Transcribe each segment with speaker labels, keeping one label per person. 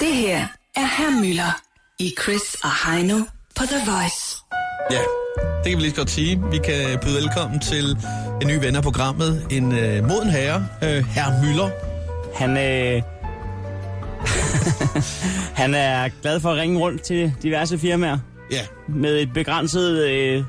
Speaker 1: Det her er Herr Møller i Chris og Heino på The Voice.
Speaker 2: Ja, det kan vi lige så godt sige. Vi kan byde velkommen til en ny ven af programmet, en øh, moden herre, øh, herr Møller.
Speaker 3: Han, øh... han er glad for at ringe rundt til diverse firmaer
Speaker 2: Ja,
Speaker 3: med et begrænset øh,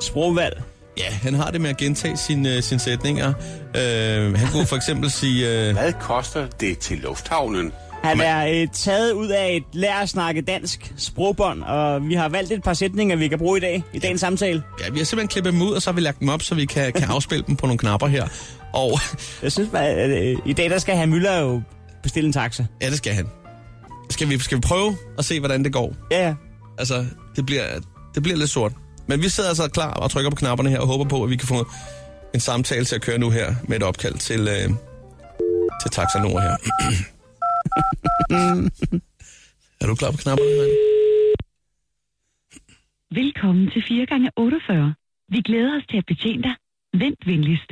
Speaker 3: sprogvalg.
Speaker 2: ja han har det med at gentage sine, øh, sine sætninger. Øh, han kunne for eksempel sige, øh,
Speaker 4: Hvad koster det til lufthavnen?
Speaker 3: Han er øh, taget ud af et lær at snakke dansk sprogbånd, og vi har valgt et par sætninger, vi kan bruge i dag, i dagens samtale.
Speaker 2: ja, vi har simpelthen klippet dem ud, og så har vi lagt dem op, så vi kan, kan afspille dem på nogle knapper her. Og
Speaker 3: Jeg synes, at øh, i dag der skal han Møller jo bestille en taxa.
Speaker 2: ja, det skal han. Skal vi, skal vi prøve at se, hvordan det går?
Speaker 3: Ja, ja.
Speaker 2: Altså, det bliver, det bliver lidt sort. Men vi sidder altså klar og trykker på knapperne her og håber på, at vi kan få en samtale til at køre nu her med et opkald til, øh, til Taxa Nord her. er du klar på knapperne? Mand?
Speaker 5: Velkommen til 4x48. Vi glæder os til at betjene dig. Vent venligst.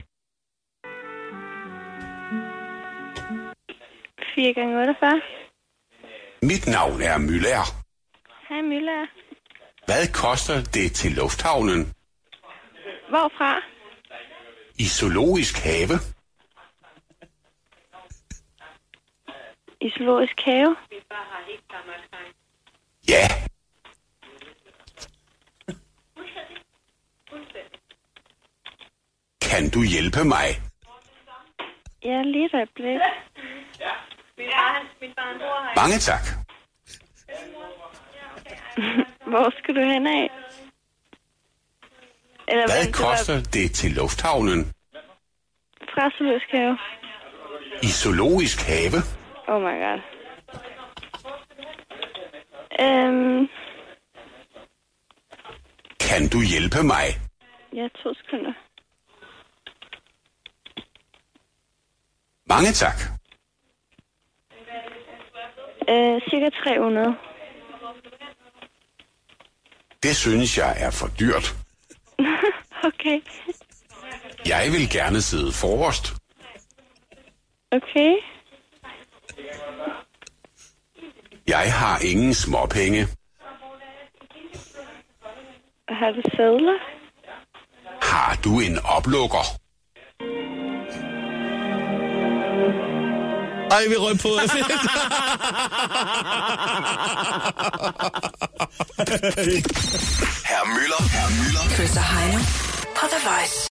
Speaker 6: 4 gange 48.
Speaker 4: Mit navn er Møller.
Speaker 6: Hej Møller.
Speaker 4: Hvad koster det til lufthavnen?
Speaker 6: Hvorfra?
Speaker 4: I zoologisk have?
Speaker 6: I zoologisk have.
Speaker 4: Ja. Kan du hjælpe mig?
Speaker 6: Ja, lige et øjeblik.
Speaker 4: Mange tak.
Speaker 6: Hvor skal du hen af? Eller
Speaker 4: Hvad
Speaker 6: vent, det var
Speaker 4: koster det til lufthavnen?
Speaker 6: Fra zoologisk have.
Speaker 4: I zoologisk have?
Speaker 6: Oh my god. Øhm,
Speaker 4: Kan du hjælpe mig?
Speaker 6: ja, to sekunder.
Speaker 4: Mange tak.
Speaker 6: Øh, cirka 300.
Speaker 4: Det synes jeg er for dyrt.
Speaker 6: Okay.
Speaker 4: Jeg vil gerne sidde forrest.
Speaker 6: Okay.
Speaker 4: Jeg har ingen småpenge.
Speaker 6: Har du sædler?
Speaker 4: Har du en oplukker?
Speaker 2: Ej, vi røg på.
Speaker 1: Chris og Heino på The Voice.